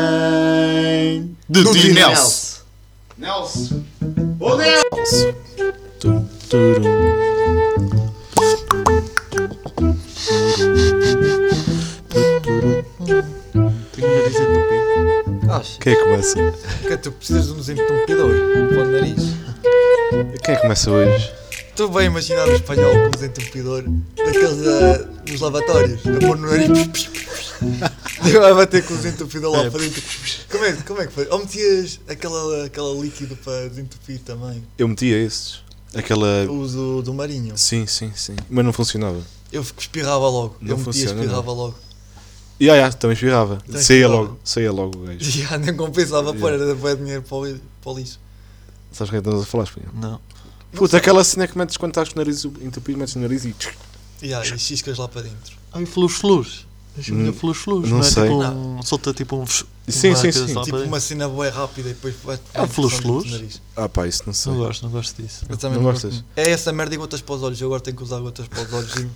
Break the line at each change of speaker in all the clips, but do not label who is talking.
Garagem
Do
do
Di
Di
Nelson.
Nelson.
Nelson! Ô Nelson!
Tum, turum.
Tenho o nariz entupido.
Quem é que começa?
Que tu precisas de um desentupidor para o nariz.
Quem é que começa hoje?
Estou bem a imaginar um espanhol com um desentupidor daqueles ah, dos lavatórios. A pôr no nariz. Eu a bater com o desentupidor lá para dentro. Como é, como é que foi? Ou metias aquela, aquela líquido para desentupir também?
Eu metia esses. Aquela.
O do, do marinho.
Sim, sim, sim. Mas não funcionava.
Eu fico- espirrava logo.
Não
eu metia
funciona, não.
espirrava logo.
E ah, já, também espirrava.
Também
saía
espirrava.
logo, saía logo o gajo.
Já nem compensava pôr,
Yeah.
era bué dinheiro para o, li- para o lixo.
Sabes o que é que estamos a falar, espanhol?
Não.
Puta, aquela cena que metes quando estás com o nariz entupido, metes no nariz e.
Já, e xiscas lá para dentro.
Ai, flux-luz. Chama-lhe
Hum,
flux-luz,
não
não, é?
sei.
Tipo um, Solta tipo um. fux-
Sim,
uma
sim,
coisa
sim.
só
tipo
para-
uma cena bué rápida e depois vai
É um flux
vai-
luz?
no nariz.
Ah, pá, isso não sei.
Não gosto, não gosto disso.
Eu também
Não
gosto.
gostas?
É essa merda e gotas para os olhos. Eu agora tenho que usar gotas para os olhos. e-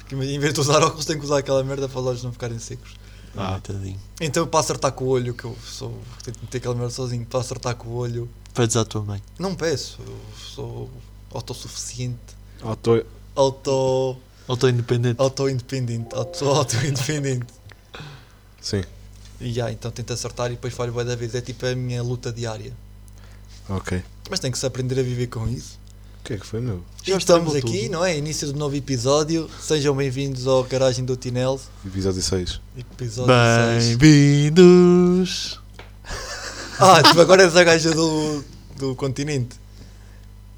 Porque em vez de usar óculos, tenho que usar aquela merda para os olhos não ficarem secos.
Ah, tadinho.
Então, para acertar com o olho, que eu sou. Tento meter aquela merda sozinho. Para acertar com o olho,
Pedes à tua mãe.
não peço. Eu sou autossuficiente.
Ah, tô-
Auto.
Ou estou
Oh,
independente.
Auto-independente. Auto- Sou auto-independente.
Sim,
e já, então tento acertar e depois falho bué da vez. É tipo a minha luta diária.
ok.
Mas tem que se aprender a viver com isso.
O que é que foi, meu?
Já
Já
estamos
estragou
aqui,
tudo.
não é? Início do novo episódio. Sejam bem-vindos ao Garagem do Tinel.
Episódio 6.
Episódio 6.
Bem-vindos.
Ah, tu agora és a gaja do, do continente.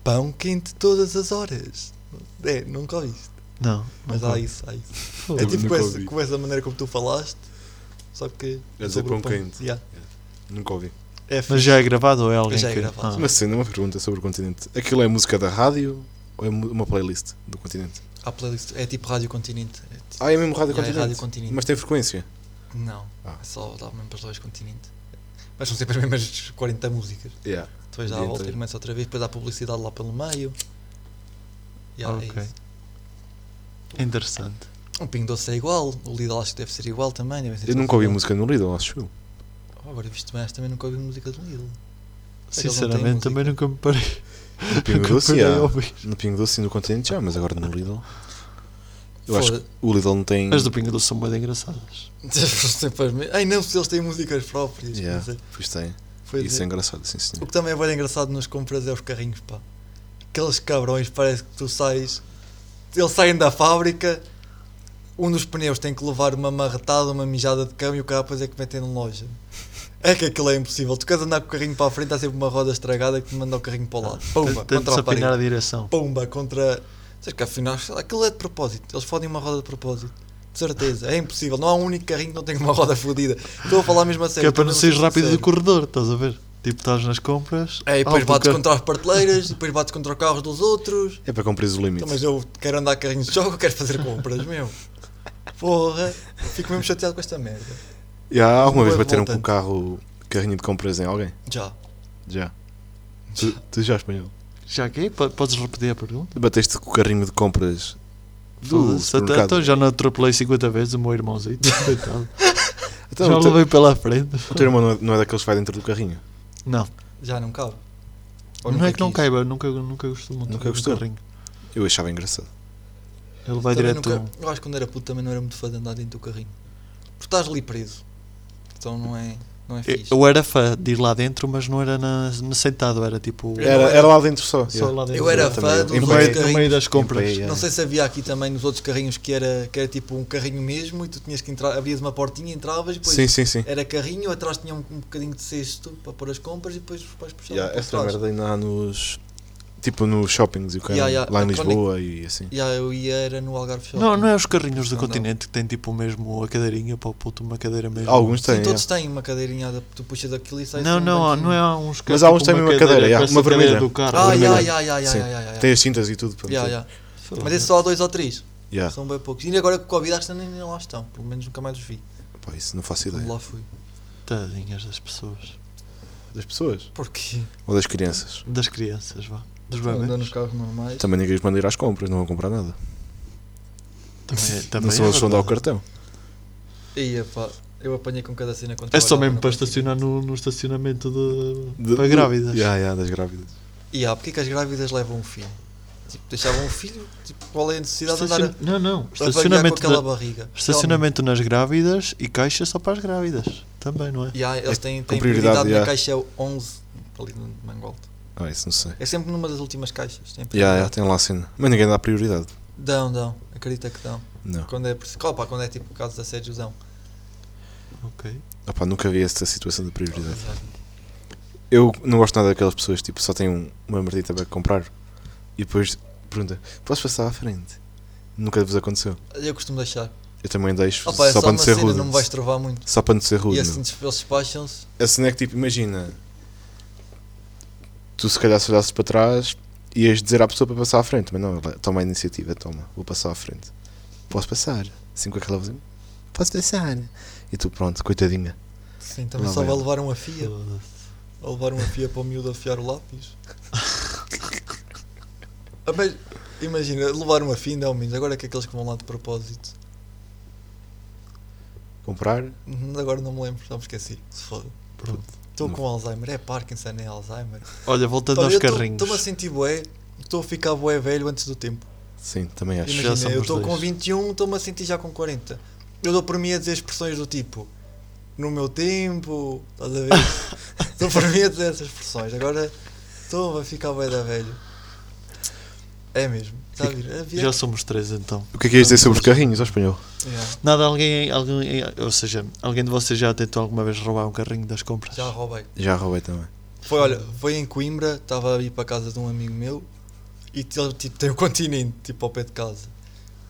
Pão quente todas as horas. É, nunca ouviste.
Não,
Mas
não
há
vou.
isso, há isso.
Pô,
É tipo
nunca
com essa,
ouvi.
com essa maneira como tu falaste. Só que.
É dizer
sobre
pão
o
quente.
Yeah.
Nunca ouvi.
É fixe.
Mas já é gravado ou é alguém
Já é
que...
gravado.
Uma cena, uma pergunta sobre o continente. Aquilo é música da rádio ou é mu- uma playlist do continente?
Há playlist. É tipo Rádio Continente. É ti-
Ah, é mesmo rádio
Já é
continente.
Rádio Continente.
Mas tem frequência.
Não.
Ah.
É só dá mesmo para os dois continente. Mas são sempre as mesmas 40 músicas.
Yeah.
Depois dá a
Dia
volta e
inteiro.
começa outra vez, depois dá publicidade lá pelo meio. E
Ah,
há- é
ok.
isso.
Interessante.
O Pingo Doce é igual, o Lidl acho que deve ser igual também. Deve ser
Eu
tudo
nunca ouvi
igual.
música no Lidl, acho eu.
Oh, agora visto mais, também nunca ouvi música do Lidl. que eles não têm
Sinceramente, também nunca me parei.
No Pingo
nunca
Doce,
parei
já.
a ouvir.
No Pingo Doce e no continente já, mas agora no Lidl. Eu acho que o Lidl não tem.
As do Pingo Doce são muito engraçadas.
Sempre as mesmas. Ai não, se eles têm músicas próprias.
Yeah,
mas é-
Pois tem.
Foi
Isso é engraçado, sim
O
senhor.
que também é bem engraçado nas compras é os carrinhos, pá. Aqueles cabrões, parece que tu sais. Eles saem da fábrica, um dos pneus tem que levar uma marretada, uma mijada de cama e o cara depois é que metem na loja. É que aquilo é impossível. Tu queres andar com o carrinho para a frente, há sempre uma roda estragada que te manda o carrinho para o lado. Pumba,
Tento-se
contra a
apinar a
parede.
direção.
Pumba, contra. Sabes que afinal aquilo é de propósito. Eles fodem uma roda de propósito. De certeza, é impossível. Não há um único carrinho que não tenha uma roda fodida. Estou a falar mesmo a sério.
Que é para
estou
não
mesmo a
seres
ser
rápido do
sincero.
corredor, estás a ver? Tipo, estás nas compras.
É, e depois
ah,
bates
porque-
contra as prateleiras, e depois bates contra os carros dos outros.
É para cumprir o limite.
Então, mas eu quero andar a carrinhos de jogo, quero fazer compras, meu. Porra, fico mesmo chateado com esta merda.
Já alguma
Não
vez
é
bateram com o
revoltante.
carro, carrinho de compras em alguém?
Já.
Já. Tu, tu já espanhol.
Já que é, Podes repetir a pergunta?
Bateste com o carrinho de compras do
Foda-se, até-
supermercado.
Então já não atropelei 50 vezes o meu irmãozinho. coitado.
Então,
já
o
o
teu-
levei pela frente.
o teu irmão não é- não é daqueles que vai dentro do carrinho?
Não,
Já não cabe. Ou
não é que não
quis?
caiba, nunca, nunca gostou muito.
Nunca
do
gostou?
carrinho.
Eu achava engraçado.
Ele vai
Também
direto. a um-
nunca- Eu acho que quando era puto também não era muito fã de andar dentro do carrinho. Porque estás ali preso. Então não é, não é fixe.
Eu era fã de ir lá dentro, mas não era na, na sentado, era tipo.
Eu
Era,
era-
era lá dentro só.
só
yeah.
lá dentro.
Eu era
Eu também,
fã
eu-
dos
no,
em
outros
meio, no meio
carrinhos.
das compras.
Em pé,
Não sei se havia aqui também nos outros carrinhos que era, que era tipo um carrinho mesmo e tu tinhas que entrar, abrias uma portinha, entravas e depois
Sim, sim, sim.
Era carrinho, atrás tinha um, um bocadinho de cesto para pôr as compras e depois os pais puxavam
Yeah,
por
essa é
trás.
merda ainda há nos. Tipo nos shoppings e o caralho,
Yeah, yeah.
lá em
A
Lisboa e assim.
Yeah, eu ia era no Algarve Shopping.
Não, não é os carrinhos do
Não, não.
continente que tem tipo mesmo a cadeirinha para o puto, uma cadeira mesmo.
Alguns
Sim,
têm. yeah.
todos têm uma cadeirinha, de- tu puxas aquilo e sai assim
Não, não, há- não é há uns que é
Mas há uns
tipo
têm mesmo a cadeira, yeah,
parece
uma
a cadeira
vermelha.
do carro.
Ah,
vermelha.
yeah, yeah, yeah, yeah,
Sim.
yeah, yeah, yeah.
É. Tem as cintas e tudo. pronto.
Yeah, yeah. Mas é só há dois ou três,
Yeah.
são bem poucos. E agora que Covid acho que nem nem lá estão, pelo menos nunca mais os vi.
Pá, isso não faço
Quando
ideia.
lá fui.
Tadinhas das pessoas.
Das pessoas?
Porquê?
Ou das crianças?
Das crianças, vá. Dos
Andar
bebês.
nos carros normais.
Também ninguém os manda ir às compras, não vão comprar nada.
Também,
não
também
são
é
eles que vão dar o
verdade.
cartão.
Ia pá, eu apanhei com cada cena quando
É só mesmo
trabalhava na
para
cantina.
estacionar no, no estacionamento de,
De-
para grávidas.
Ya, ya, das grávidas.
E há, porque é que as grávidas levam um filho? Tipo, deixavam um filho? Tipo, qual é a necessidade de andar
Estaciona- Não,
a-
não.
a apanhar com
Estacionamento,
aquela
na-
barriga?
estacionamento nas grávidas e caixa só para as grávidas. Também, não é?
E há, eles têm,
com
têm
prioridade,
prioridade,
já.
na caixa 11, ali no Mangold.
Ah, isso não sei.
É sempre numa das últimas caixas. Tem
Ya, ya,
prioridade.
tem lá a cena. Mas ninguém dá prioridade.
Dão, dão. Acredita que dão.
Não.
Quando é, por- opa, quando é tipo casos de assédio, dão.
Ok.
Opa, Ah, nunca vi essa situação de prioridade. Eu não gosto nada daquelas pessoas tipo, só têm um- uma merdita para comprar e depois pergunta: posso passar à frente? Nunca vos aconteceu.
Eu costumo deixar.
Eu também deixo
Opa, é
só,
só,
para
uma
não ser
cena,
rude.
não me vais trovar muito.
Só para não ser rude. meu.
E assim eles despacham-se.
A cena é que tipo, imagina, tu se calhar se olhasses para trás ias dizer à pessoa para passar à frente, mas não, ela toma a iniciativa, toma, vou passar à frente. Posso passar? Assim com aquela vozinha, posso passar? E tu, pronto, coitadinha.
Sim, também
Lá
só
vai
vai
ela.
levar uma fia. A levar uma fia para o miúdo afiar o lápis. Ah, mas imagina, levar uma fia ainda ao menos. Agora é que aqueles que vão lá de propósito.
Comprar?
Hum, Agora não me lembro, já me esqueci. Se foda.
Pronto.
Estou com Alzheimer. É Parkinson, é Alzheimer.
Olha, voltando
Olha,
aos
eu tô-
carrinhos.
Estou-me a sentir bué. Estou a ficar bué velho antes do tempo.
Sim, também acho.
Imagina-
Imagina, eu
somos
estou com
dois.
21, estou-me a sentir já com 40. Eu dou por mim a dizer expressões do tipo no meu tempo, estás a ver? Dou por mim a dizer essas expressões. Agora estou a ficar bem da velho. É mesmo, está a vir? Havia...
Já somos três então.
O que é que ias dizer sobre os carrinhos, ao espanhol?
Yeah,
Nada, alguém, alguém. Ou seja, alguém de vocês já tentou alguma vez roubar um carrinho das compras?
já roubei.
Já roubei também.
Foi,
Hum.
olha, foi em Coimbra, estava a ir para a casa de um amigo meu e t- ele tipo, tem o continente tipo, ao pé de casa.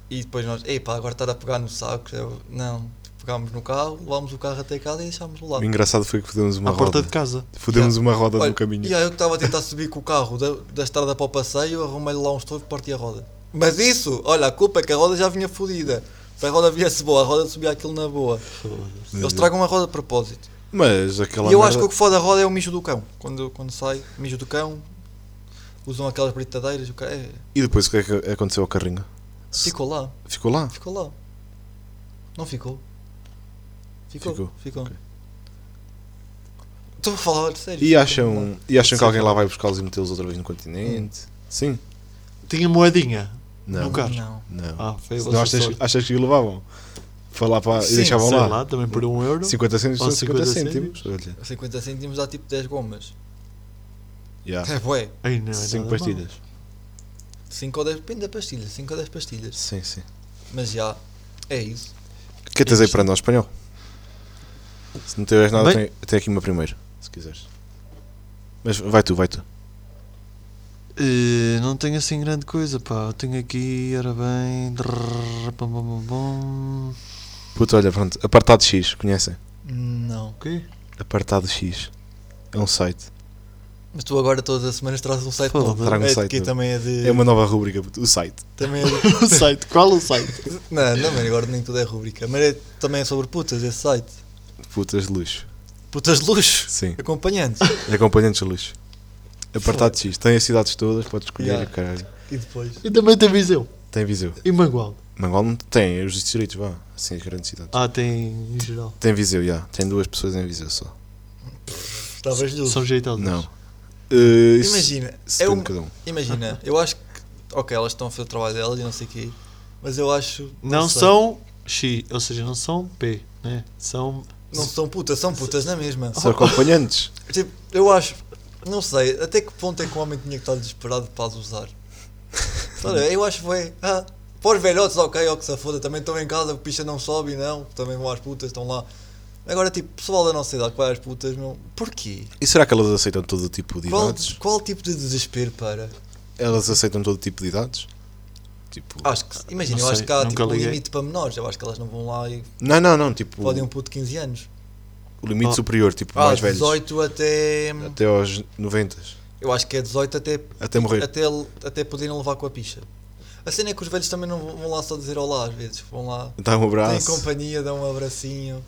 E depois nós, epá, agora estar a pegar no saco, eu- não, pegámos no carro, levámos o carro até casa e deixámos-o lá.
O engraçado foi que fodemos uma
à porta
roda.
de casa.
Fodemos uma roda
Olha,
no um caminho.
E aí eu que estava a tentar subir com o carro da, da estrada para o passeio, arrumei lá um estofo e parti a roda. Mas isso, olha, a culpa é que a roda já vinha fodida. Se a roda viesse boa, a roda subia aquilo na boa.
Foda-se.
Meu
Eles
Deus.
tragam a roda de propósito.
Mas aquela
e eu
merda-
acho que o que foda a roda é o mijo do cão. Quando, quando sai, mijo do cão, usam aquelas britadeiras, o cara é,
E depois o que é que aconteceu ao carrinho?
ficou lá,
Ficou lá?
ficou lá. Não ficou. Ficou,
Ficou,
ficou. Estou a falar sério.
E
ficou lá.
acham, e acham que alguém lá vai buscá-los e metê-los outra vez no continente? Sim?
Tinha moedinha.
Não.
Nunca. carro?
Não.
Não.
Ah, foi
Senão
você
achas, achas que o levavam? Foi lá para, e
Sim,
deixavam
Sei
lá.
lá. também por um euro.
50 cêntimos
Ou
são 50
50
cêntimos. Olha.
50 cêntimos dá tipo 10 gomas.
Yeah.
É bué.
Ai, não, é
5
nada mal.
pastilhas.
5 ou 10, depende da pastilha, 5 ou 10 pastilhas.
Sim, sim.
Mas já, é isso.
O que é que tens aí para nós, espanhol? Se não tiveres nada,
Bem-
tem, tem aqui uma primeira, se quiseres. Mas vai tu, vai tu.
Eh, não tenho assim grande coisa, pá. Eu tenho aqui, era bem. drrr, Bom, bom, bom, bom.
Puto, olha, pronto. Apartado X, conhecem?
Não.
Apartado X. É um site.
Mas tu agora todas as semanas trazes um site
Foda,
novo.
trago um
é de
site
quê?
novo.
também é de.
É uma nova rubrica, puto. O site.
Também é de...
O site, qual o site?
não, não, mas agora nem tudo é rubrica. Mas é, também é sobre putas esse site.
Putas de luxo.
Putas de luxo.
Sim.
Acompanhantes.
E Acompanhantes de luxo. Apartado X. Tem as cidades todas, podes escolher. o
Yeah.
Caralho.
E depois.
E também tem Viseu.
Tem Viseu.
E Mangual.
Mangual não tem, é os distritos, vá. Assim, as grandes cidades.
Ah, tem em geral.
Tem Viseu, já. Tem duas pessoas em Viseu só.
Talvez lhe
São jeitosas.
Não. Uh, isso
Imagina,
isso
é
depende
um,
de cada um.
imagina, eu acho que. Ok, elas estão a fazer o trabalho delas e não sei o quê. Mas eu acho.
Não
sei,
são X, ou seja, não são P, né? São.
Não são putas, são putas na mesma.
São acompanhantes.
Tipo, eu acho, não sei, até que ponto é que o homem tinha que estar desesperado para as usar? Olha, eu acho que foi. Ah, para os velhotes, ok, ó que se foda, também estão em casa, o picha não sobe, não, também vão às putas, estão lá. Agora, tipo, pessoal da nossa idade que vai às putas, meu, porquê?
E será que elas aceitam todo o tipo de
Qual,
idades?
qual tipo de desespero para?
Elas aceitam todo o tipo de idades? Tipo.
Acho que, imagina,
Não
eu acho
sei,
que há
nunca
tipo, um
liguei.
limite para menores, eu acho que elas não vão lá e
Não, não, não. Tipo,
podem um puto de 15 anos.
o limite
Ah.
superior, tipo,
Ah,
mais velhos.
18 até. hum,
Até aos 90.
Eu acho que é 18 até
Até morrer.
até, até poderem levar com a picha. A cena é que os velhos também não vão vão lá só dizer olá às vezes, vão lá,
Dá um
têm
abraço.
companhia, dão um abracinho.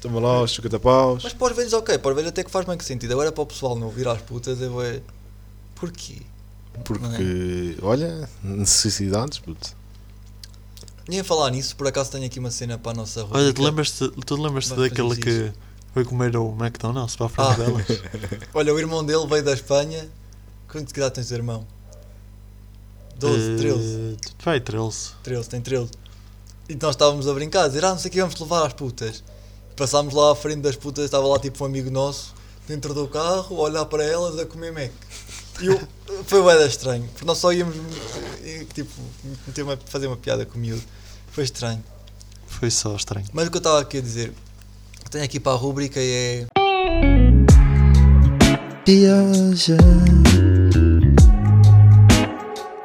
Toma lá os 50 paus.
Mas para os velhos, ok, para os velhos até que faz bem que sentido. Agora para o pessoal não vir às putas, eu é. Porquê? é.
Porque, olha, necessidades, puto.
E a falar nisso, por acaso tenho aqui uma cena para a nossa rubrica.
Olha, tu lembras-te tu lembras
Vai
daquele
fazer
que foi comer o McDonald's para a frente
Ah.
delas?
Olha, o irmão dele veio da Espanha. Quanto que idade tens de irmão? 12, 13.
Eh, Vai, 13.
13, tem 13. E nós estávamos a brincar, a dizer, ah, não sei o que vamos te levar às putas. Passámos lá à frente das putas, estava lá tipo um amigo nosso, dentro do carro, a olhar para elas a comer Mac. E eu, foi bem estranho, porque nós só íamos, eh, tipo, meter uma- fazer uma piada com o miúdo. Foi estranho.
Foi só estranho.
Mas o que eu estava aqui a dizer, o que tenho aqui para a rúbrica é.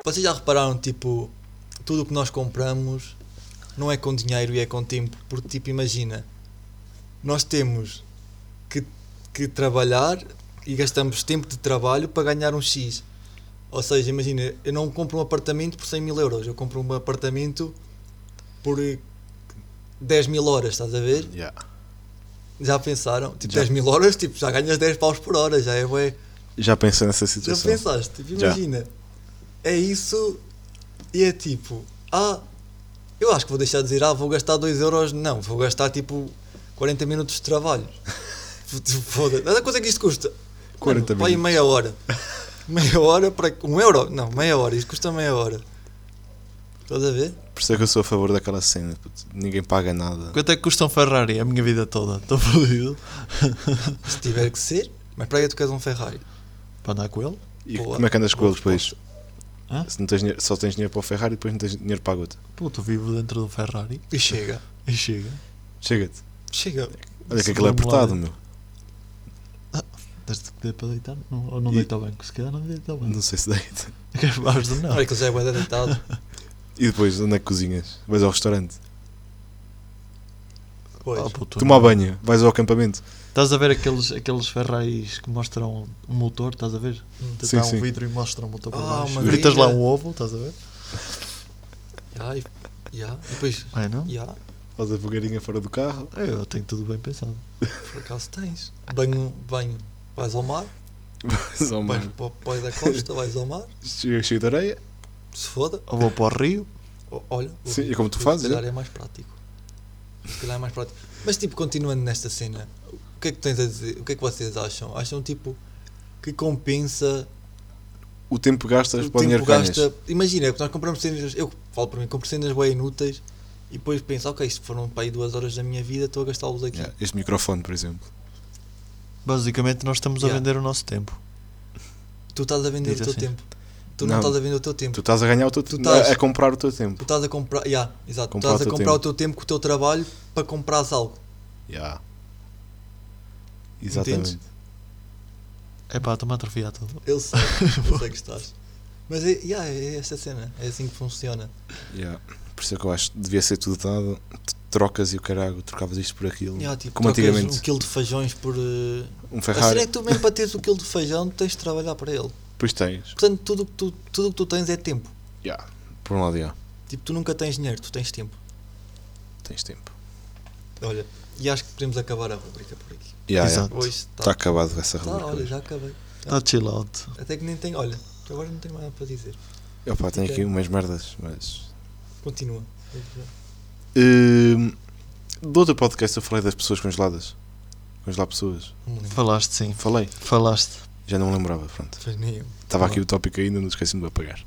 Vocês já repararam, tipo, tudo o que nós compramos não é com dinheiro e é com tempo, porque, tipo, imagina, nós temos que, que trabalhar e gastamos tempo de trabalho para ganhar um X. Ou seja, imagina, eu não compro um apartamento por 100 mil euros, eu compro um apartamento por eh, 10 mil horas, estás a ver?
Yeah.
Já pensaram? Tipo,
Já.
10 mil horas, tipo, já ganhas 10 paus por hora, já é bué.
Já pensei nessa
Já
situação.
pensaste? Tipo,
é Já.
imagina. É isso e é tipo, ah, eu acho que vou deixar de dizer, ah, vou gastar 2 euros. Não, vou gastar tipo 40 minutos de trabalho. Tipo, Foda-se. Olha quanto é que isto custa?
40
Pai,
minutos.
meia hora. Meia hora para. Um euro? Não, meia hora. Isto custa meia hora. Estás a ver?
Por isso é que eu sou a favor daquela cena. puto. Ninguém paga nada.
Quanto é que custa um Ferrari a minha vida toda? Estou fodido.
Se tiver que ser, mas para que tu queres um Ferrari?
para andar com ele?
E
Boa.
como é que andas com
Boa
eles depois?
Hã?
Se não tens dinheiro- só tens dinheiro para o Ferrari e depois não tens dinheiro para a gota.
Puto, vivo dentro do Ferrari
E chega.
e chega.
Chega-te.
Chega.
Olha que
Se
aquilo é
vamos lá,
apertado, meu.
Tens de poder para deitar? Não, ou não
E-
deita ao banco? Se calhar não deita ao banco.
Não sei se deita.
Queres mais do
Ah.
não?
Olha que ele já é bué de deitado.
E depois, onde é que cozinhas? Vais ao restaurante.
Pois.
Ah, puto,
Toma
não.
banho. Vais ao acampamento.
Estás a ver aqueles, aqueles Ferraris que mostram o motor, estás a ver? Dá
Sim,
um
sim.
vidro e mostram o motor para
Ah,
baixo.
uma
Gritas
grelha.
lá um ovo, estás a ver?
Já, e, já. E depois,
Ah, não?
já,
Faz a fogueirinha fora do carro.
Eu tenho tudo bem pensado.
por acaso tens. Banho, banho. Vais ao mar,
Vais ao
vais
mar.
para o pai da costa, vais ao mar,
Chega cheio de areia.
se foda.
Ou vou para o Rio,
O- Olha, o-
Sim, e como tu
se
fazes, né?
calhar é mais prático. Se calhar é mais prático. Mas tipo, continuando nesta cena, o que é que tens a dizer? O que é que vocês acham? Acham tipo que compensa
O tempo gastas
o
para o dinheiro
tempo
que ganhas.
gasta. Imagina, é que nós compramos cenas, eu falo para mim, compro cenas bem inúteis e depois penso, ok, isto foram para aí duas horas da minha vida, estou a gastá-los aqui.
Yeah, Este microfone, por exemplo.
basicamente nós estamos a
Yeah.
vender o nosso tempo.
Tu estás a vender
Diz
o teu
assim.
tempo. Tu não,
Não.
estás a vender o teu tempo.
Tu estás a ganhar o teu
Tu
tempo.
estás-
A comprar o teu
Tu
tempo.
estás a comprar, yeah, exato,
Comprar
tu
o
estás a
teu
comprar o
tempo.
teu tempo com o teu trabalho para comprares algo.
Yeah. Exatamente.
É pá, estou-me a atrofiar tudo.
Eu sei, eu sei que estás. Mas é, yeah, é essa cena, é assim que funciona.
Yeah. Por isso é que eu acho que devia ser tudo dado. T- Trocas e o caralho, trocavas isto por aquilo.
Yeah, tipo,
Como
trocas
antigamente.
um quilo de feijões por. eh,
Um
A cena
Ferrari.
é que tu mesmo para teres o quilo de feijão tens de trabalhar para ele.
Depois tens.
Portanto, tudo o que tu- tudo o que tu tens é tempo.
Yeah. Por um lado, yeah.
Tipo, tu nunca tens dinheiro, tu tens tempo.
tens tempo.
Olha, e acho que podemos acabar a rubrica por aqui.
Yeah,
Exato.
Hoje
Está
está.
acabado essa rubrica.
Tá, olha,
hoje.
já acabei.
Está chill out.
Até que nem tenho. Olha, agora não tenho mais nada para dizer.
Opa, tenho aqui
fica-
umas merdas, mas.
Continua.
Hum, do outro podcast eu falei das pessoas congeladas. Congelar pessoas.
Não me lembro.
Falaste sim.
Falei.
Falaste.
Já não me lembrava, pronto.
Faz nem eu.
Estava aqui o tópico ainda, não esqueci-me de apagar.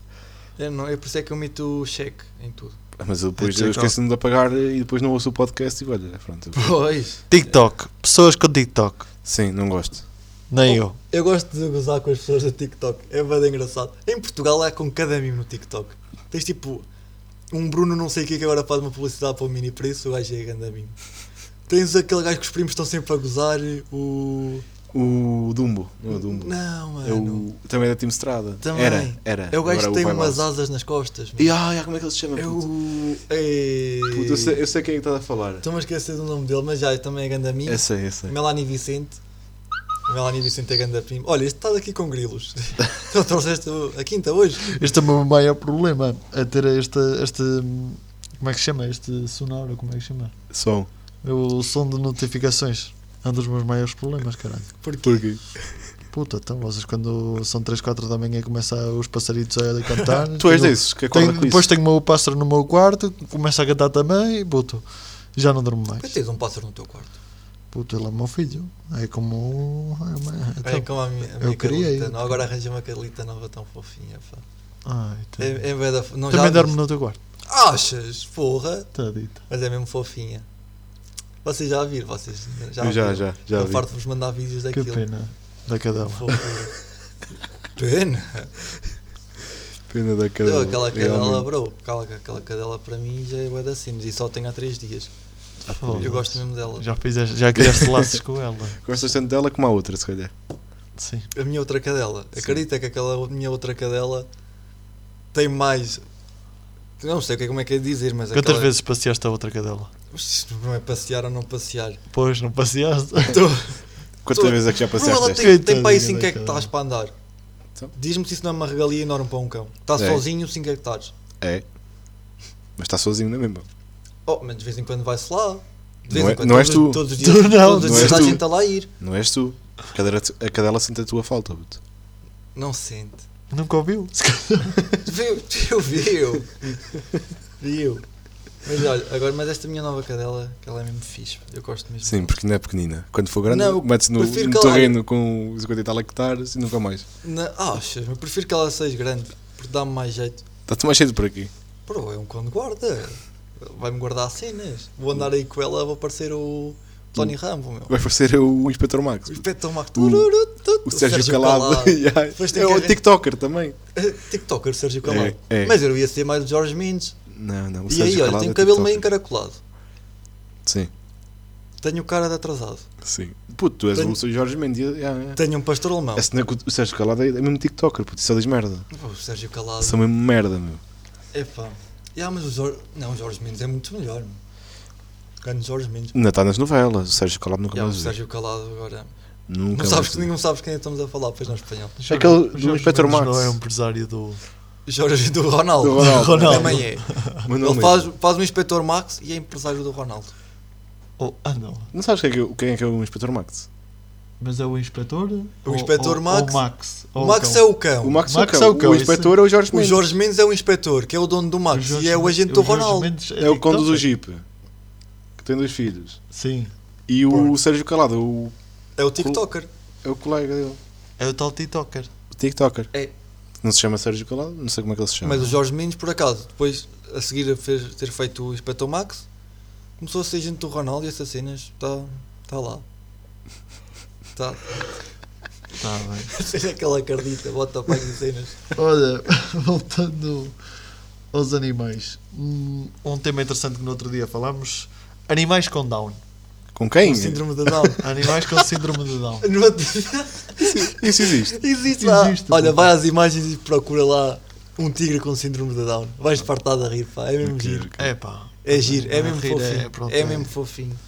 É, não, é por isso é que eu meto o cheque em tudo.
Ah, Mas eu depois
É
eu esqueci-me de apagar e depois não ouço o podcast e olha, pronto.
Pois.
TikTok. Pessoas com TikTok.
Sim, não gosto.
Nem eu.
Eu gosto de gozar com as pessoas do TikTok. É bem engraçado. Em Portugal é com cada mimo no TikTok. Tens tipo um Bruno não sei o que que agora faz uma publicidade para o mini preço, o gajo é grande mimo. Tens aquele gajo que os primos estão sempre a gozar, o.
O Dumbo, não é o Dumbo.
Não, mano.
É o... Também é da Team Estrada.
Também.
Era, era.
É o gajo
Agora
que tem
vai
umas
mal.
asas nas costas. mano.
E ah, ah, como é que ele se chama?
É
puto?
o. Ei.
Puto, eu, sei, eu sei quem é que estás a falar.
Estou-me a esquecer do nome dele, mas já também é ganda mim.
Eu sei, eu sei.
Melanie Vicente. Melanie Vicente é ganda primo. Olha, este está aqui com grilos. Então trouxeste a quinta hoje.
Este é o meu maior problema. É ter este, este. Como é que se chama? Este sonoro, como é que se chama?
Som.
O som de notificações. É um dos meus maiores problemas, caralho.
Porquê?
Puta, então vocês quando são 3, 4 da manhã começam os passaritos a cantar.
Tu és
tenho-
desses que acorda
tenho-
com
depois
isso.
tenho o meu pássaro no meu quarto, começa a cantar também e puto, já não durmo mais.
Mas tens um pássaro no teu quarto.
Puto, ele é meu filho. É como. É uma...
é
então-
como a minha, a
eu
minha
queria,
Carlita.
eu
Não, agora arranjei uma Carlita nova tão fofinha. Pá.
Ai, então-
É, é bué da fo- não, já-
Também dorme no teu quarto.
Achas? Porra!
Tá dito.
Mas é mesmo fofinha. Vocês já a viram, vocês já
Eu já, Tá
viram?
já, já
Eu
vi.
farto-vos mandar vídeos
Que
daquilo.
pena. Da cadela.
Fofura. Pena!
Pena da
Eu,
cadela.
aquela cadela,
realmente.
bro, aquela, aquela cadela para mim já é bué da sims e só tenho há 3 dias.
Foda-se.
Eu gosto mesmo dela.
Tá Já, fizeste, já criaste laços com ela.
Gostas tanto dela como a outra, se calhar.
Sim.
A minha outra cadela. Acredita que aquela minha outra cadela tem mais. Não sei o que é- como é que é de dizer, mas
Quantas
aquela...
vezes passeaste a outra cadela?
Isto Não é passear ou não passear.
Pois, não passeaste?
Quantas
Tu-
vezes é que já
Bro, ela
passaste
tem, tem para aí
Coitadinha
5
da
hectares
cadela.
para andar.
Então.
Diz-me se isso não é uma regalia enorme para um cão. Está
É.
sozinho 5 hectares.
esta? É. Mas está sozinho na mesma.
Oh, mas de vez em quando vai-se lá. De
Não
vez em
é-
quando,
não és
todos-
tu.
Todos os
Tu
dias,
não,
todos os
não
dias
és
a
tu.
gente está lá a ir.
Não és tu. A cadela, a cadela sente a tua falta, puto.
Não sente.
Nunca ouviu?
Viu, viu, viu. viu. Mas olha, agora, mas esta minha nova cadela, que ela é mesmo fixe. Eu gosto mesmo.
Sim, porque não é pequenina. Quando for grande,
Não, eu
metes no,
prefiro
no
que ela-
terreno com 50 e tal hectares e nunca mais.
Na, ah, oxe, eu prefiro que ela seja grande, porque dá-me mais jeito.
Está-te mais cedo por aqui.
Bro, é um cão de guarda. Vai-me guardar cenas. Vou andar aí com ela, vou parecer o Tony Rambo, meu.
Vai parecer o, o Inspector Max. puto.
O Inspector Mac.
O- O Sérgio, Calado. Yeah.
Depois tem
É
que
o
arran-
TikToker também.
TikToker, Sérgio Calado.
É, é.
Mas eu ia ser mais o Jorge Mendes.
Não, não. O
E
Sérgio
aí, olha,
Calado
tenho
é
o cabelo
TikToker.
meio encaracolado.
Sim,
Tenho cara de atrasado.
sim. Puto, tu és
Tenho-
o seu Jorge Mendes. Yeah, yeah.
Tenho um pastor alemão.
A cena que o- o Sérgio Calado é, é mesmo TikToker, puto. Só diz merda.
Pô, O Sérgio Calado.
São mesmo merda, meu.
Epá. Ah, mas o Jorge. Não, o Jorge Mendes é muito melhor. meu. Grande Jorge Mendes.
Ainda está nas novelas. O Sérgio Calado nunca
Já, o
mais vi.
Sérgio Calado agora.
Nunca
Não sabes,
mais
que
vi. É
ninguém sabes quem é que estamos a falar, pois não espanhol.
Aquele do
Jorge
Inspector
Mendes
Max.
Não é um empresário do.
Jorge do Ronaldo.
Do Ronaldo.
Também é.
Mas não mesmo.
Ele faz, faz um inspetor Max e é empresário do Ronaldo.
Oh, ah, não.
Não sabes quem é, que, é- quem é que é o Inspector Max?
Mas é o inspetor?
O inspetor Max.
O Max.
o Max é o cão.
um O Max,
Max
é o cão. O
isso.
Inspector é o Jorge
O
Mendes.
Jorge Mendes é o inspetor, que é o dono do Max e é o agente do Ronaldo.
É o cão do Jeep. Que tem dois filhos.
Sim.
E o
Porra.
Sérgio Calado o-
É o TikToker.
é o colega dele.
É o tal TikToker.
O TikToker.
É.
Não se chama Sérgio Calado, não sei como é que ele se chama.
Mas o Jorge Mendes, por acaso, depois a seguir a fez- ter feito o inspetor Max, começou a ser agente do Ronaldo e essas cenas. Está tá lá. Tá. Está.
Está Tá bem.
Seja aquela cardita, bota para as cenas.
Olha, voltando aos animais. Hum, Um tema interessante que no outro dia falámos: animais com Down.
Com quem?
O síndrome de Down.
Animais com síndrome de Down.
No outro-
Isso existe.
Existe lá.
Existe,
Olha,
pá.
vai às imagens e procura lá um tigre com síndrome de Down. Vais fartar da rir, pá. É mesmo
Ok,
giro.
ok.
É pá.
É giro, é
Não,
mesmo
rir
fofinho. É,
pronto,
mesmo fofinho.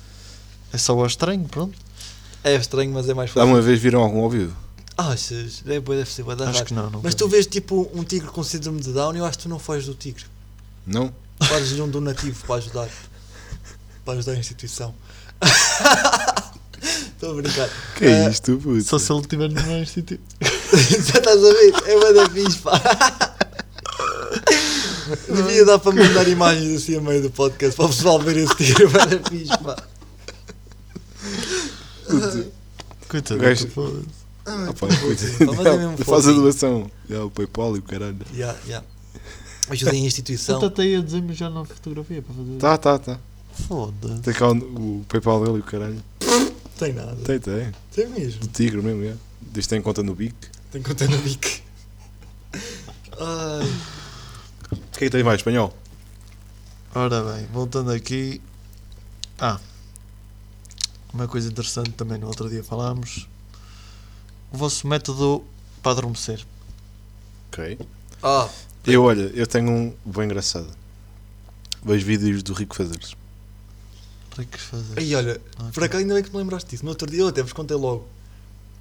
É só o estranho, pronto.
É estranho, mas é mais
Dá
fofinho.
uma vez viram algum ao vivo?
Achas? É boa, deve ser boa da
Acho
raro.
que não, nunca
Mas tu vês tipo um tigre com síndrome de Down e eu acho que tu não fazes do tigre.
Não?
Fazes-lhe um donativo para ajudar. Para ajudar a instituição. Estou a brincar.
Que é isto, puto?
Só se ele estiver numa instituição.
Já estás a ver? É uma da fixe, pá. Devia dar para mandar imagens assim a meio do podcast para o pessoal ver esse tiro, bué da fixe, pá.
Coitado,
O gajo-
foda-se.
Ah, pá,
Pá, mas é mesmo
coitado. Faz a
fofinho.
doação. É o Paypal e o caralho.
Yeah, yeah. Ajudem a
Então,
instituição.
está aí a dizer-me já na fotografia para fazer.
Tá, tá, tá.
Foda-se.
Tem cá o, o Paypal dele e o caralho.
Tem nada.
Tem, tem.
Tem mesmo.
Do tigre mesmo, é. Diz que tem conta no bico.
Tem conta no um bico. Ai.
O que é que tem mais? Espanhol?
Ora bem, voltando aqui. Ah, uma coisa interessante também no outro dia falámos. O vosso método para adormecer.
Ok.
Ah,
Eu, olha, eu tenho um bem engraçado. Vejo vídeos do Rico Fazeres.
Para que fazer?
aí olha,
Ok.
por acaso ainda bem que me lembraste disso. No outro dia eu até vos contei logo.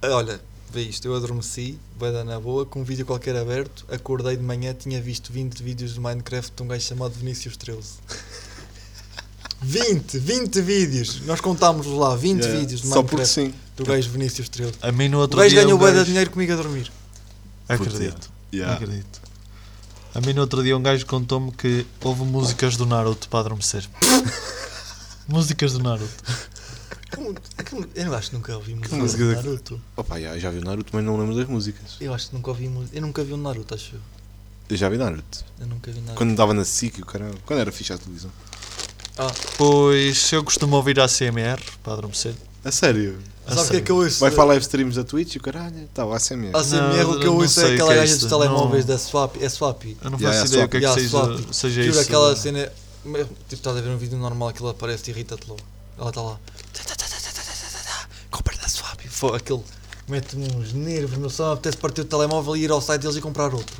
Ah, Olha, vê isto, eu adormeci, vai dar na boa, com um vídeo qualquer aberto, acordei de manhã, tinha visto 20 vídeos de Minecraft de um gajo chamado Vinícius 13. 20, 20 vídeos! Nós contámos lá, 20
Yeah.
vídeos de
Só porque
Minecraft.
sim.
do gajo Vinícius Estrela.
A mim no
O
outro
gajo
dia.
ganhou
um
bué de
gajo-
dinheiro comigo a dormir.
Acredito,
Yeah.
acredito. A mim no outro dia um gajo contou-me que houve músicas do Naruto para adormecer. músicas do Naruto.
Como- como- Eu acho que nunca ouvi música
música
do
da-
Naruto.
Opa, já, já vi o Naruto, mas não lembro das músicas.
Eu acho que nunca ouvi música. Eu nunca vi o Naruto, acho eu.
Eu já vi Naruto.
Eu nunca vi Naruto.
Quando dava na SIC, o cara. Quando era ficha a televisão.
Pois eu costumo ouvir a ACMR para adormecer.
A sério.
A
Sabe o que é
sério.
que eu ouço?
Vai para live streams da Twitch e o caralho. Estava a ser mesmo.
A CMR o que eu
não
ouço
sei o
é
que
aquela
é
gaja
isto,
dos telemóveis
não.
da Swap. É Swap.
Eu não faço
Yeah, yeah,
ideia o que é que
Yeah,
seja,
swap.
seja
Juro
isso. é?
aquela cena. mas, Tipo, estás a ver um vídeo normal, aquilo aparece e irrita-te logo. Ela está lá. Comprar da Swap. Foi aquele. Mete-me uns nervos, meu só apetece partir o telemóvel e ir ao site deles e comprar outro.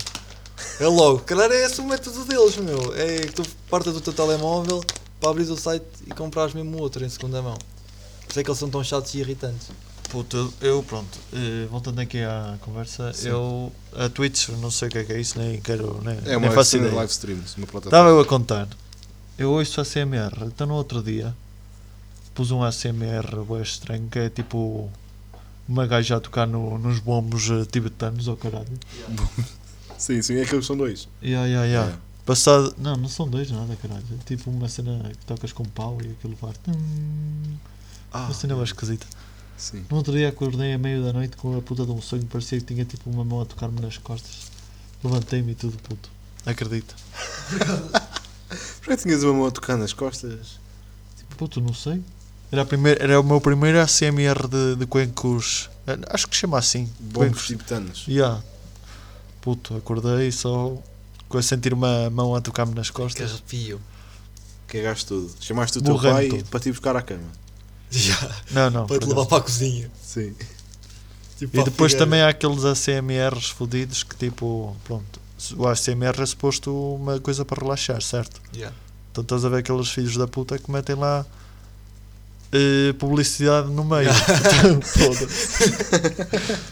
É logo, calhar é esse o método deles, meu. É que tu partas do teu telemóvel para abrir o site e comprares mesmo outro em segunda mão. Por isso é que eles são tão chatos e irritantes.
Puto, eu- eu pronto, eh, voltando aqui à conversa, eu a Twitch, eu não sei o que é que é isso, nem quero, nem,
É
nem
uma
faço
cena de
ideia.
live streams. Uma
Estava
plataforma.
eu a contar. Eu ouço ACMR, então no outro dia pus um ACMR bué estranho que é tipo uma gaja a tocar no- nos bombos eh, tibetanos ou caralho.
Sim, sim, é que eles são dois.
Ya, ya, ya. Passado. Não, não são dois nada, caralho. É tipo uma cena que tocas com pau e aquilo vai. Tum.
Ah,
Uma cena mais esquisita.
sim.
No outro dia acordei a meio da noite com a puta de um sonho, parecia que tinha tipo uma mão a tocar-me nas costas. Levantei-me e tudo puto. Acredita.
Porquê tinhas uma mão a tocar nas costas?
Puto, não sei. Era, a primeira, era o meu primeiro ACMR de, de cuencos. eh, Acho que se chama assim.
Bombos tipo tibetanos.
Ya. Puto, acordei só com a sentir uma mão a tocar-me nas
Que
costas.
arrepio.
Cagaste tudo. é Chamaste o teu
Borrando
pai
tudo.
para te ir buscar à cama.
Não, não.
para te
por
levar
acaso.
para a cozinha.
Sim.
Tipo,
E
para a
depois
Figueira.
também há aqueles ACMRs fodidos que tipo, pronto, o ACMR é suposto uma coisa para relaxar, certo?
Yeah.
Então estás a ver aqueles filhos da puta que metem lá eh, publicidade no meio. Então, foda-se.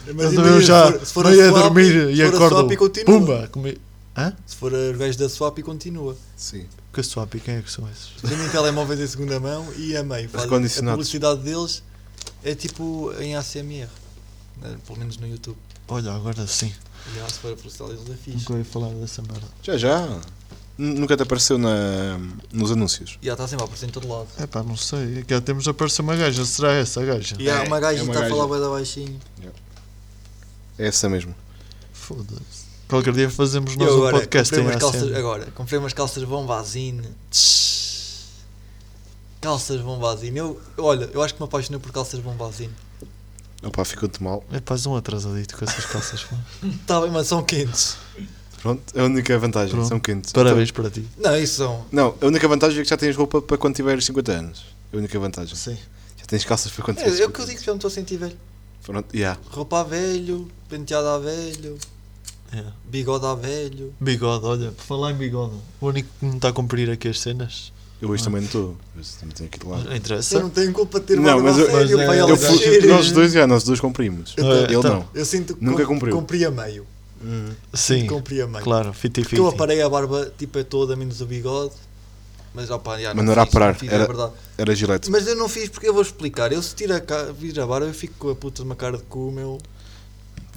Mas
Imagina
eu já
se for- se for
meio a
swap,
dormir e
se for a
acordo.
swap e continua.
Pumba! Comi... Hã?
Se for o gajo da swap e continua.
Sim.
Que swap? E quem é que são esses?
Vendem telemóveis em segunda mão e a meio. Fazem- a
Recondicionados.
publicidade deles é tipo em ACMR. né, Pelo menos no YouTube.
Olha, agora sim.
E há, se for a publicidade deles é fixe.
Nunca ouvi falar dessa merda.
Já, já. N- Nunca te apareceu na, nos anúncios.
E há, está sempre a aparecer em todo lado.
É pá, não sei. Aqui temos aparecer uma gaja. Será essa a gaja?
E há
É,
uma gaja
é
que
uma
está a
gaja.
falar bem da baixinho.
É essa mesmo.
Foda-se. Qualquer dia fazemos nós
Eu
um
agora
podcast
comprei
em
umas calças,
ACMR.
agora, comprei umas calças bombazine. Tsh. Calças bombazine. Eu, olha, eu acho que me apaixonei por calças bombazine.
Opa, ficou-te mal.
É pá, um atrasadito com essas calças. pá.
Está Tá bem, mas são quentes.
Pronto, é a única vantagem.
Pronto.
São quentes.
Parabéns para ti.
Não, isso são.
Não, a única vantagem é que já tens roupa para quando tiveres 50 anos. É a única vantagem.
Sim.
Já tens calças para quando
É,
tiveres
é o que eu
50
digo, já me estou a sentir velho.
anos. Pronto, yeah.
Roupa a velho, penteado a velho,
É.
bigode a velho.
Bigode, olha, por falar em bigode, o único que não está a cumprir aqui as cenas.
Eu hoje também não estou. Eu também tenho aqui de lado.
Não interessa.
Eu não tenho culpa de ter
Não,
barba
mas
a
eu-
sério,
mas,
pai,
eh, Então,
ela
Eu
Elas
fui-
cheira.
nós dois já, nós dois cumprimos.
Eu
Ele
também.
não.
Eu sinto que
Nunca um.
com-
cumpriu.
Cumpri a meio.
hum. Sim,
Cumpri a meio.
claro, fiti
Porque
fiti.
eu aparei a barba tipo é toda, menos o bigode. Mas opa, já,
Mas não era a
fiz,
parar,
fiz,
era-
é verdade.
Era gilete.
Mas eu não fiz porque eu vou explicar. Eu se tiro a, ca... vir a barba, eu fico com a puta de uma cara de cu, meu.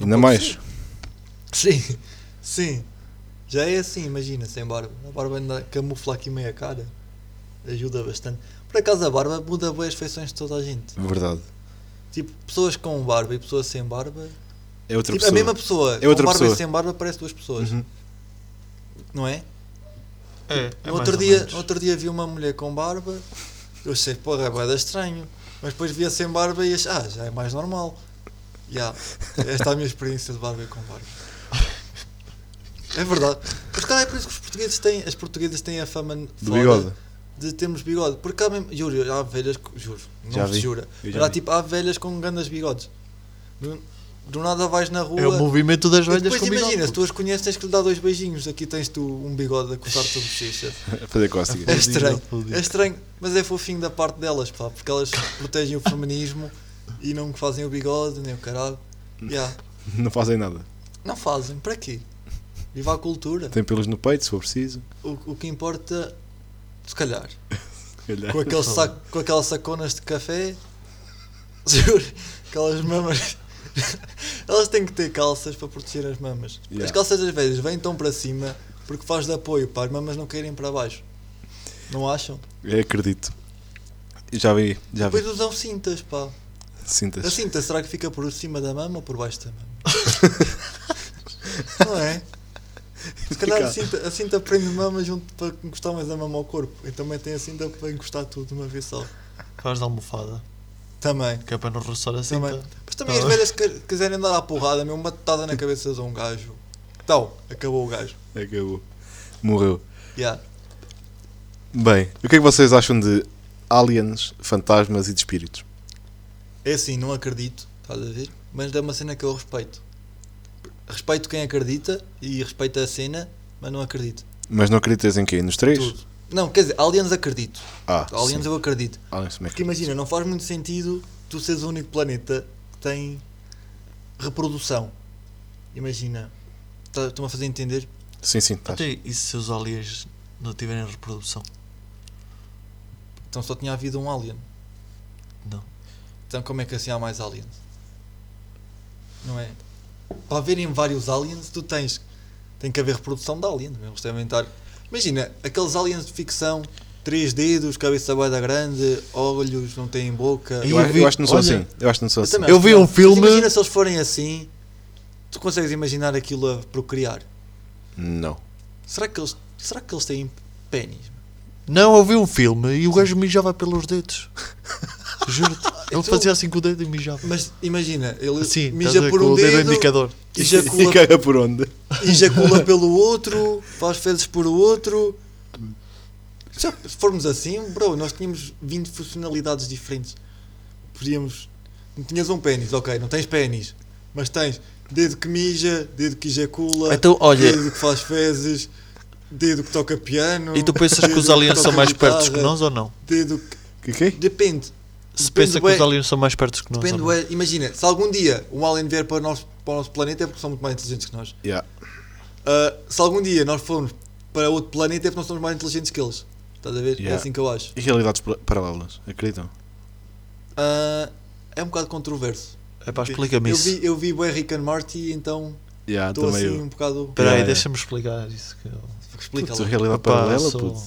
Ainda mais.
Sim, sim. Já é assim, imagina, sem barba. A barba ainda camufla aqui meia cara. Ajuda bastante. Por acaso a barba muda bem as feições de toda a gente.
Verdade.
Tipo, pessoas com barba e pessoas sem barba.
É outra
tipo,
pessoa.
a mesma pessoa.
É outra
com barba
pessoa.
e sem barba parece duas pessoas.
Uhum.
Não é?
É, é mais
No outro,
ou
dia,
menos.
no outro dia vi uma mulher com barba. Eu achei, porra, é boeda estranho. Mas depois via sem barba e achei, ah, já é mais normal. Ya, Esta é a minha experiência de barba e com barba. É verdade. Mas cara, é por isso que os portugueses têm, as portuguesas têm a fama
Do
foda
bigode.
de termos bigode. Porque há mesmo, juro, há velhas, que- juro, não
Já
se
vi.
jura.
Eu
Mas
já
há
vi.
tipo, há velhas com grandes bigodes. Do, do nada vais na rua.
É o movimento das
e
velhas
depois
com
imagina,
bigode.
se tu as conheces, tens que lhe dar dois beijinhos. Aqui tens tu um bigode a coçar-te a bochecha.
A fazer cócegas.
É
Podia,
estranho,
podia.
é estranho, mas é fofinho da parte delas, pá, porque elas protegem o feminismo e não fazem o bigode, nem o caralho. Ya,
Não fazem nada.
Não fazem, para quê? Viva a cultura.
Tem pelos no peito, se for preciso.
O, o que importa, se calhar,
Se calhar.
com, aquele saco, com aquelas saconas de café Juro, aquelas mamas. Elas têm que ter calças para proteger as mamas.
Yeah.
As calças às vezes vêm tão para cima porque faz de apoio para as mamas não caírem para baixo. Não acham?
Eu acredito. Já vi, já
Depois
vi.
usam cintas, pá. A
Cintas.
cinta será que fica por cima da mama ou por baixo da mama? não é? Se calhar a cinta, a cinta prende mama junto para encostar mais a mama ao corpo. E também tem a cinta para encostar tudo de uma vez só.
Faz de almofada,
Também.
que é para não roçar a cinta.
Também. Mas também
Ah.
as velhas que quiserem dar à porrada, meu, uma tetada na cabeça de um gajo. Então, acabou o gajo.
Acabou. Morreu.
Yeah.
Bem, o que é que vocês acham de aliens, fantasmas e de espíritos?
É assim, não acredito, estás a ver? Mas é uma cena que eu respeito. Respeito quem acredita e respeito a cena, mas não acredito.
Mas não acreditas em quê? Nos três?
Tudo. Não, quer dizer, aliens acredito.
Ah,
Aliens
sim.
eu acredito.
aliens também
Porque
acredito.
imagina, não faz muito sentido tu seres o único planeta que tem reprodução. Imagina. Tá- Estão a fazer entender?
Sim, sim, estás.
Até e se os aliens não tiverem reprodução?
Então só tinha havido um alien.
Não.
Então como é que assim há mais aliens? Não é? Para haverem vários aliens, tu tens. Tem que haver reprodução de é? aliens. Eles devem estar. Imagina, aqueles aliens de ficção, três dedos, cabeça boeda grande, olhos, não têm boca.
Eu,
Eu
a-
vi-
eu acho que não sou
olha,
assim. Eu acho que não sou assim.
também
Eu
acho
vi
que não.
um
Mas
filme-
Imagina se eles forem assim, tu consegues imaginar aquilo a procriar.
Não.
Será que eles, será que eles têm pênis?
Não, eu vi um filme e o gajo mijava pelos dedos. Juro-te. Ele fazia assim com o dedo e mijava.
Então, Mas imagina, ele
Sim, estás a
mija
ver,
por
com
um
o dedo,
dedo,
ao indicador.
E
ejacula,
caga por onde?
ejacula pelo outro, faz fezes por outro. Já, se formos assim, bro, nós tínhamos 20 funcionalidades diferentes. Podíamos. Não tinhas um pênis, ok, não tens pênis, mas tens dedo que mija, dedo que ejacula,
Então, olha-
dedo que faz fezes, dedo que toca piano.
E tu pensas que os
dedo
aliens são
toca
mais pertos que
guitarra,
nós ou não?
Dedo que...
Que que?
Depende.
Se
Depende
pensa que
bué-
os aliens são mais pertos que nós
Depende,
ou não?
é, imagina, se algum dia um alien vier para o nosso, para o nosso planeta é porque são muito mais inteligentes que nós.
Yeah.
Ah, se algum dia nós formos para outro planeta é porque nós somos mais inteligentes que eles. Estás a ver? É
Yeah.
assim que eu acho.
E realidades pla- paralelas, acreditam?
Ah, é um bocado controverso.
É pá, explica-me
eu
isso.
vi, eu vi bué Rick and Morty, então
Yeah,
estou
Ah, também
assim
eu.
um bocado.
Espera aí,
Yeah, yeah.
deixa-me explicar isso. Que eu...
Explica
Puto,
lá.
realidade
Opa,
paralela,
sou-
puto.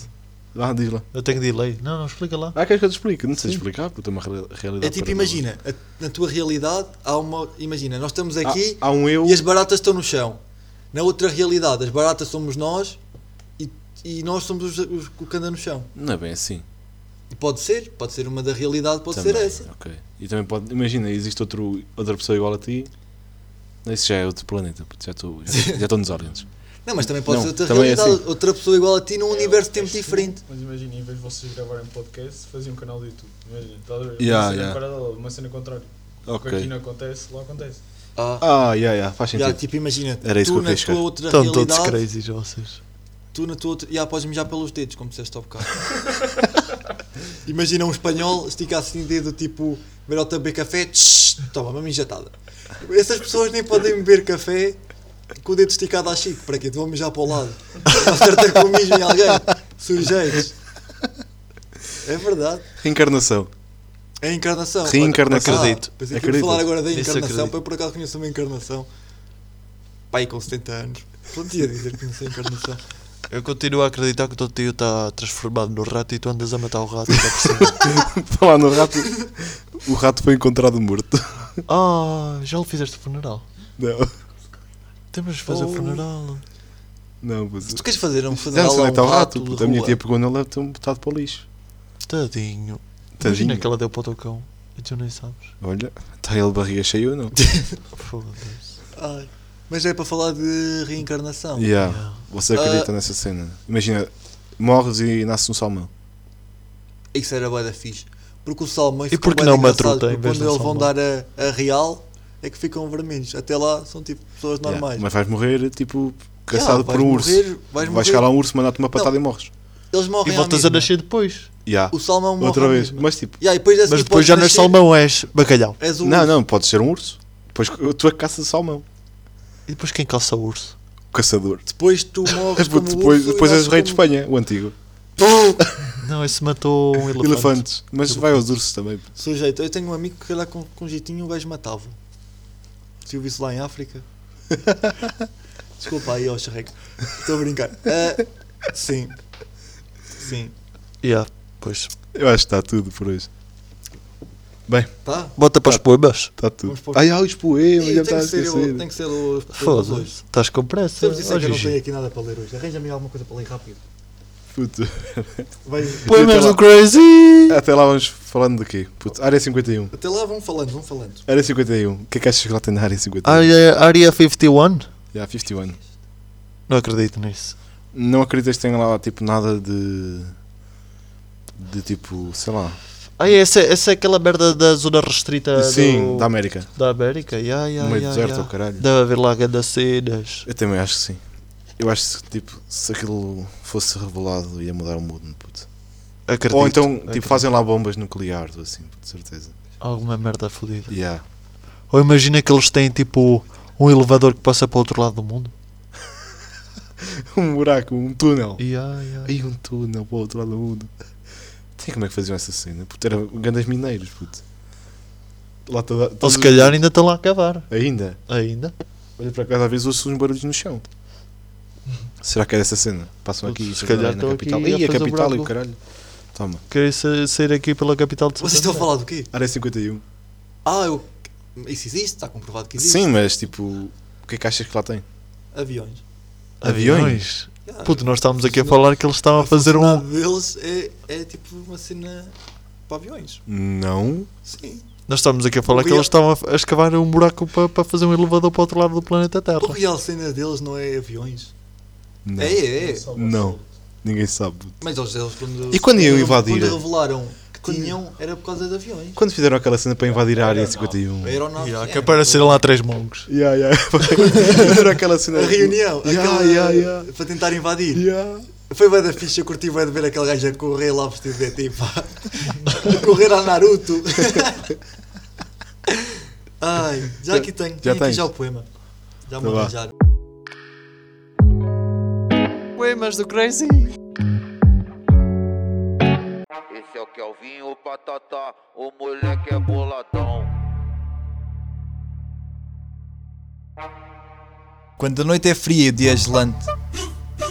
Ah, diz lá.
eu tenho delay. Não, não, explica lá.
Ah, queres que eu te explique? Não sei
Sim.
explicar, puto, é uma reali- realidade
É tipo,
paralela.
imagina, a- na tua realidade há uma. Imagina, nós estamos
Há-
aqui
Há, um eu...
e as baratas estão no chão. Na outra realidade, as baratas somos nós e, e nós somos os, os que andam no chão.
Não é bem assim.
E pode ser, pode ser uma da realidade, pode
Também,
ser essa.
Ok. E também pode... Imagina, existe outro, outra pessoa igual a ti. Esse já é outro planeta, puto, já estou já, já estou nos aliens.
Não, mas também pode
Não,
ser outra
também é
realidade,
assim.
outra pessoa igual a ti num um universo de tempo
É, acho que-
diferente.
Mas imagina, em vez de vocês gravarem podcast, faziam um canal de YouTube. Imagina, estás a ver?
Yeah,
uma cena
yeah.
paralela, uma cena contrária. O que aqui
Ok.
não acontece, lá acontece.
Ah,
Ah, yeah, yeah, faz sentido.
já, tipo, imagina,
Era isso que
tu
eu
na
queria chegar.
tua
Então,
outra
Estão todos
Então, realidade,
crazy vocês.
tu na tua outra... Já, podes mijar pelos dedos, como disseste ao bocado. imagina um espanhol esticar assim o dedo, tipo, ver ao beber café, tsh, toma, uma mijatada. Essas pessoas nem podem beber café com o dedo esticado à chique, para quê? Te vão mijar para o lado. Acerta com o mijo em alguém, sujeitos. É verdade.
Reencarnação.
É a encarnação.
Reencarnação.
Acredito.
Pensei que ia
Acredito.
falar agora da
Isso
encarnação,
acredito.
para eu por acaso conheço uma encarnação. Pai com 70 anos. Pronto, ia dizer que conheço a encarnação.
Eu continuo a acreditar que o teu tio está transformado no rato e tu andas a matar o rato. já percebi.
Falar no rato. O rato foi encontrado morto.
Ah, já lhe fizeste o funeral.
Não,
Temos de fazer o
Oh.
funeral.
não, mas.
Tu queres fazer um
Já
funeral
não sei
a um
onde é que está o
rato
rato.
de
puto. A minha
rua?
tia pegou nele e tem botado para o lixo.
Tadinho. Imagina
Tadinho.
que ela deu para o teu cão. E tu nem sabes.
Olha, está ele de barriga cheia ou não?
Foda-se.
Ai, Mas é para falar de reencarnação.
yeah.
Yeah.
Você
Ah.
acredita nessa cena? Imagina, morres e nasce um salmão.
Isso era bué da fixe. Porque o salmão
E porque não uma truta em
porque
vez
quando
de um
eles vão
salmão?
dar a, a real é que ficam vermelhos. Até lá são tipo pessoas
Yeah.
normais.
Mas vais morrer, tipo,
Yeah,
caçado
vais
por um urso.
morrer, Vais,
Vais
morrer.
chegar lá um urso, mandar-te uma patada e morres.
Eles morrem
E
à
voltas a
mesma.
nascer depois.
Yeah.
O salmão morre
Outra
à
vez.
mesma.
Mas tipo,
Yeah, e depois a
Mas
seguir
depois
podes
já não és
Assim, nascer,
salmão, és bacalhau.
És o
não,
urso.
não, pode ser um urso. Depois tu é que caças salmão.
E depois quem calça o urso?
Caçador.
Depois tu morres como
Depois,
urso e
depois és
nasces
rei de
como-
Espanha, o antigo.
Não, esse matou um elefante.
Elefantes. Mas vai aos ursos também.
Sujeito, eu tenho um amigo que foi lá com, com jeitinho o gajo matava. Se eu visse lá em África. Desculpa aí, ó, charreco. Estou a brincar. Ah, sim. Sim.
Yeah, pois.
Eu acho que está tudo por hoje.
Tá?
Bota para os poemas.
Está tudo.
Vamos pôr-
Ai, ai, os poemas.
Ih,
Já
tem,
está a
que ser eu,
esquecer.
tem que ser os pessoas hoje.
Foda-se. Estás com pressa.
Sabes isso é
ó,
que eu não
Gigi.
tenho aqui nada para ler hoje. Arranja-me alguma coisa para ler rápido.
Puto.
Vai-
Poemas
Até lá.
do Crazy.
Até lá vamos falando de quê? Puto. Área 51.
Até lá vão falando, vão falando.
Área 51. O que é que achas que lá tem na área 51?
Área, área 51?
Já, 51.
Não acredito nisso.
Não acreditas que tenha lá tipo nada de. de tipo, sei lá.
Ah, essa, essa é aquela merda da zona restrita
Sim,
Ah, do-
da América.
da América. Yeah, yeah,
no meio
yeah,
deserto,
yeah.
ou caralho.
Deve haver lá grandes cenas.
Eu também acho que sim. Eu acho que tipo, se aquilo fosse revelado ia mudar o mundo, puto.
Acredito.
Ou então,
acredito.
tipo, fazem lá bombas nucleares, ou assim, de certeza.
Alguma merda fodida.
Yeah.
Ou imagina que eles têm tipo um elevador que passa para o outro lado do mundo.
Um buraco, um túnel.
Yeah, yeah.
Aí um túnel para o outro lado do mundo. Tem como é que faziam essa cena? Puto, era grandes mineiros, puto. Lá toda,
Ou se
todos-
calhar ainda estão lá a acabar.
Ainda.
Ainda.
Olha para casa, às vezes ouço uns barulhos no chão. Será que é dessa cena? Passam aqui
Se calhar
na
estão aqui
capital.
a
Ih, a
fazer o
capital e o
buraco.
caralho. Toma.
Querem sa- sair aqui pela capital de
Vocês estão a
Santander.
falar do quê?
Área 51.
Ah, eu... isso existe, está comprovado que existe.
Sim, mas tipo, o que é que achas que lá tem?
Aviões. Ah,
Aviões?
Yeah.
Puto, nós estávamos aqui a falar que eles estavam a fazer
Um
um.
deles é, é tipo uma cena para aviões.
Não.
Sim.
Nós estávamos aqui a falar que
Real-
eles estavam a escavar um buraco para, para fazer um elevador para o outro lado do planeta Terra.
O real cena deles não é aviões.
Ah, Não.
É, é, é.
Não. Ninguém sabe.
Mas eles, eles quando.
E quando iam
quando-
invadir?
Quando revelaram que tinham, era por causa de aviões.
Quando fizeram aquela cena para invadir a área 51?
Aeronaves.
Yeah,
é,
que apareceram lá três mongos.
Yeah, yeah. fizeram aquela cena.
A reunião,
Yeah,
aquela,
yeah, yeah.
para tentar invadir.
Yeah.
Foi bem da ficha, eu curti bem de ver aquele gajo a correr lá vestido de tipo. a correr a Naruto. Ai, já aqui tenho,
Já
tenho aqui
tens?
já o poema. Já me
Então vá.
arranjaram.
Poemas do Crazy.
Esse é o Kelvin, o Patatá, o moleque é boladão.
Quando a noite é fria e o dia é gelante,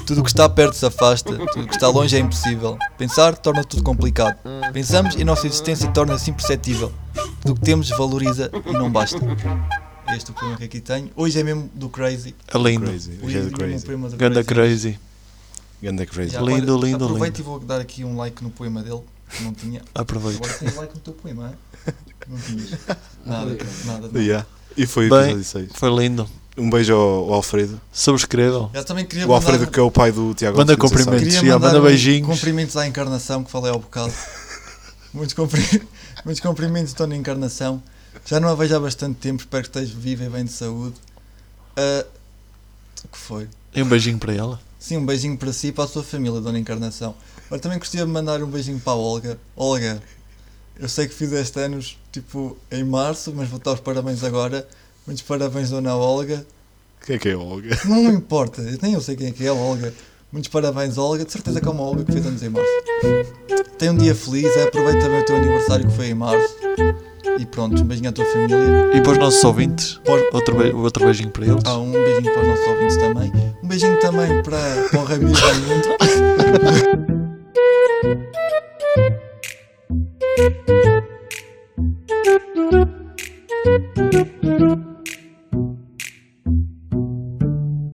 tudo o que está perto se afasta, tudo o que está longe é impossível. Pensar torna tudo complicado. Pensamos e nossa existência torna-se imperceptível. Tudo o que temos valoriza e não basta. Este é o poema que aqui tenho. Hoje é mesmo do Crazy.
É lindo.
Crazy. Ganda
Hoje mesmo o
crazy.
poema do
Ganda Crazy.
Ganda crazy.
Já agora,
Lindo, lindo,
Aproveito e vou dar aqui um like no poema dele, que não tinha.
Aproveita.
Agora tens like no teu poema, é? Não tinhas. Nada, nada. nada.
Yeah. E foi o
Bem.
episódio 6.
Foi lindo.
Um beijo ao, ao Alfredo.
Subscrevam.
Eu também queria
O Alfredo
mandar-
que é o pai do Tiago
Manda
Alfredo, você
cumprimentos.
sabe.
Sim, ah, manda
um
beijinhos.
Cumprimentos à encarnação que falei ao bocado. Muitos, cumpri- Muitos cumprimentos, Tony Encarnação. Já não a vejo há bastante tempo, espero que esteja viva e bem de saúde. Ah, o que foi?
E um beijinho para ela.
Sim, um beijinho para si e para a sua família, Dona Encarnação. Mas também gostaria de mandar um beijinho para a Olga. Olga, eu sei que fizeste anos tipo em março, mas vou dar os parabéns agora. Muitos parabéns, Dona Olga.
Quem é que é o Olga?
Não me importa, nem eu sei quem é que é a Olga. Muitos parabéns, Olga. De certeza que é uma Olga que fez anos em março. Tem um dia feliz, é, aproveita também o teu aniversário que foi em março. E pronto, um beijinho à tua família.
E para os nossos ouvintes.
Por-
Outro, be- outro beijinho para eles.
Ah, um beijinho para os nossos ouvintes também. Um beijinho também para, para o Ramiro Raimundo.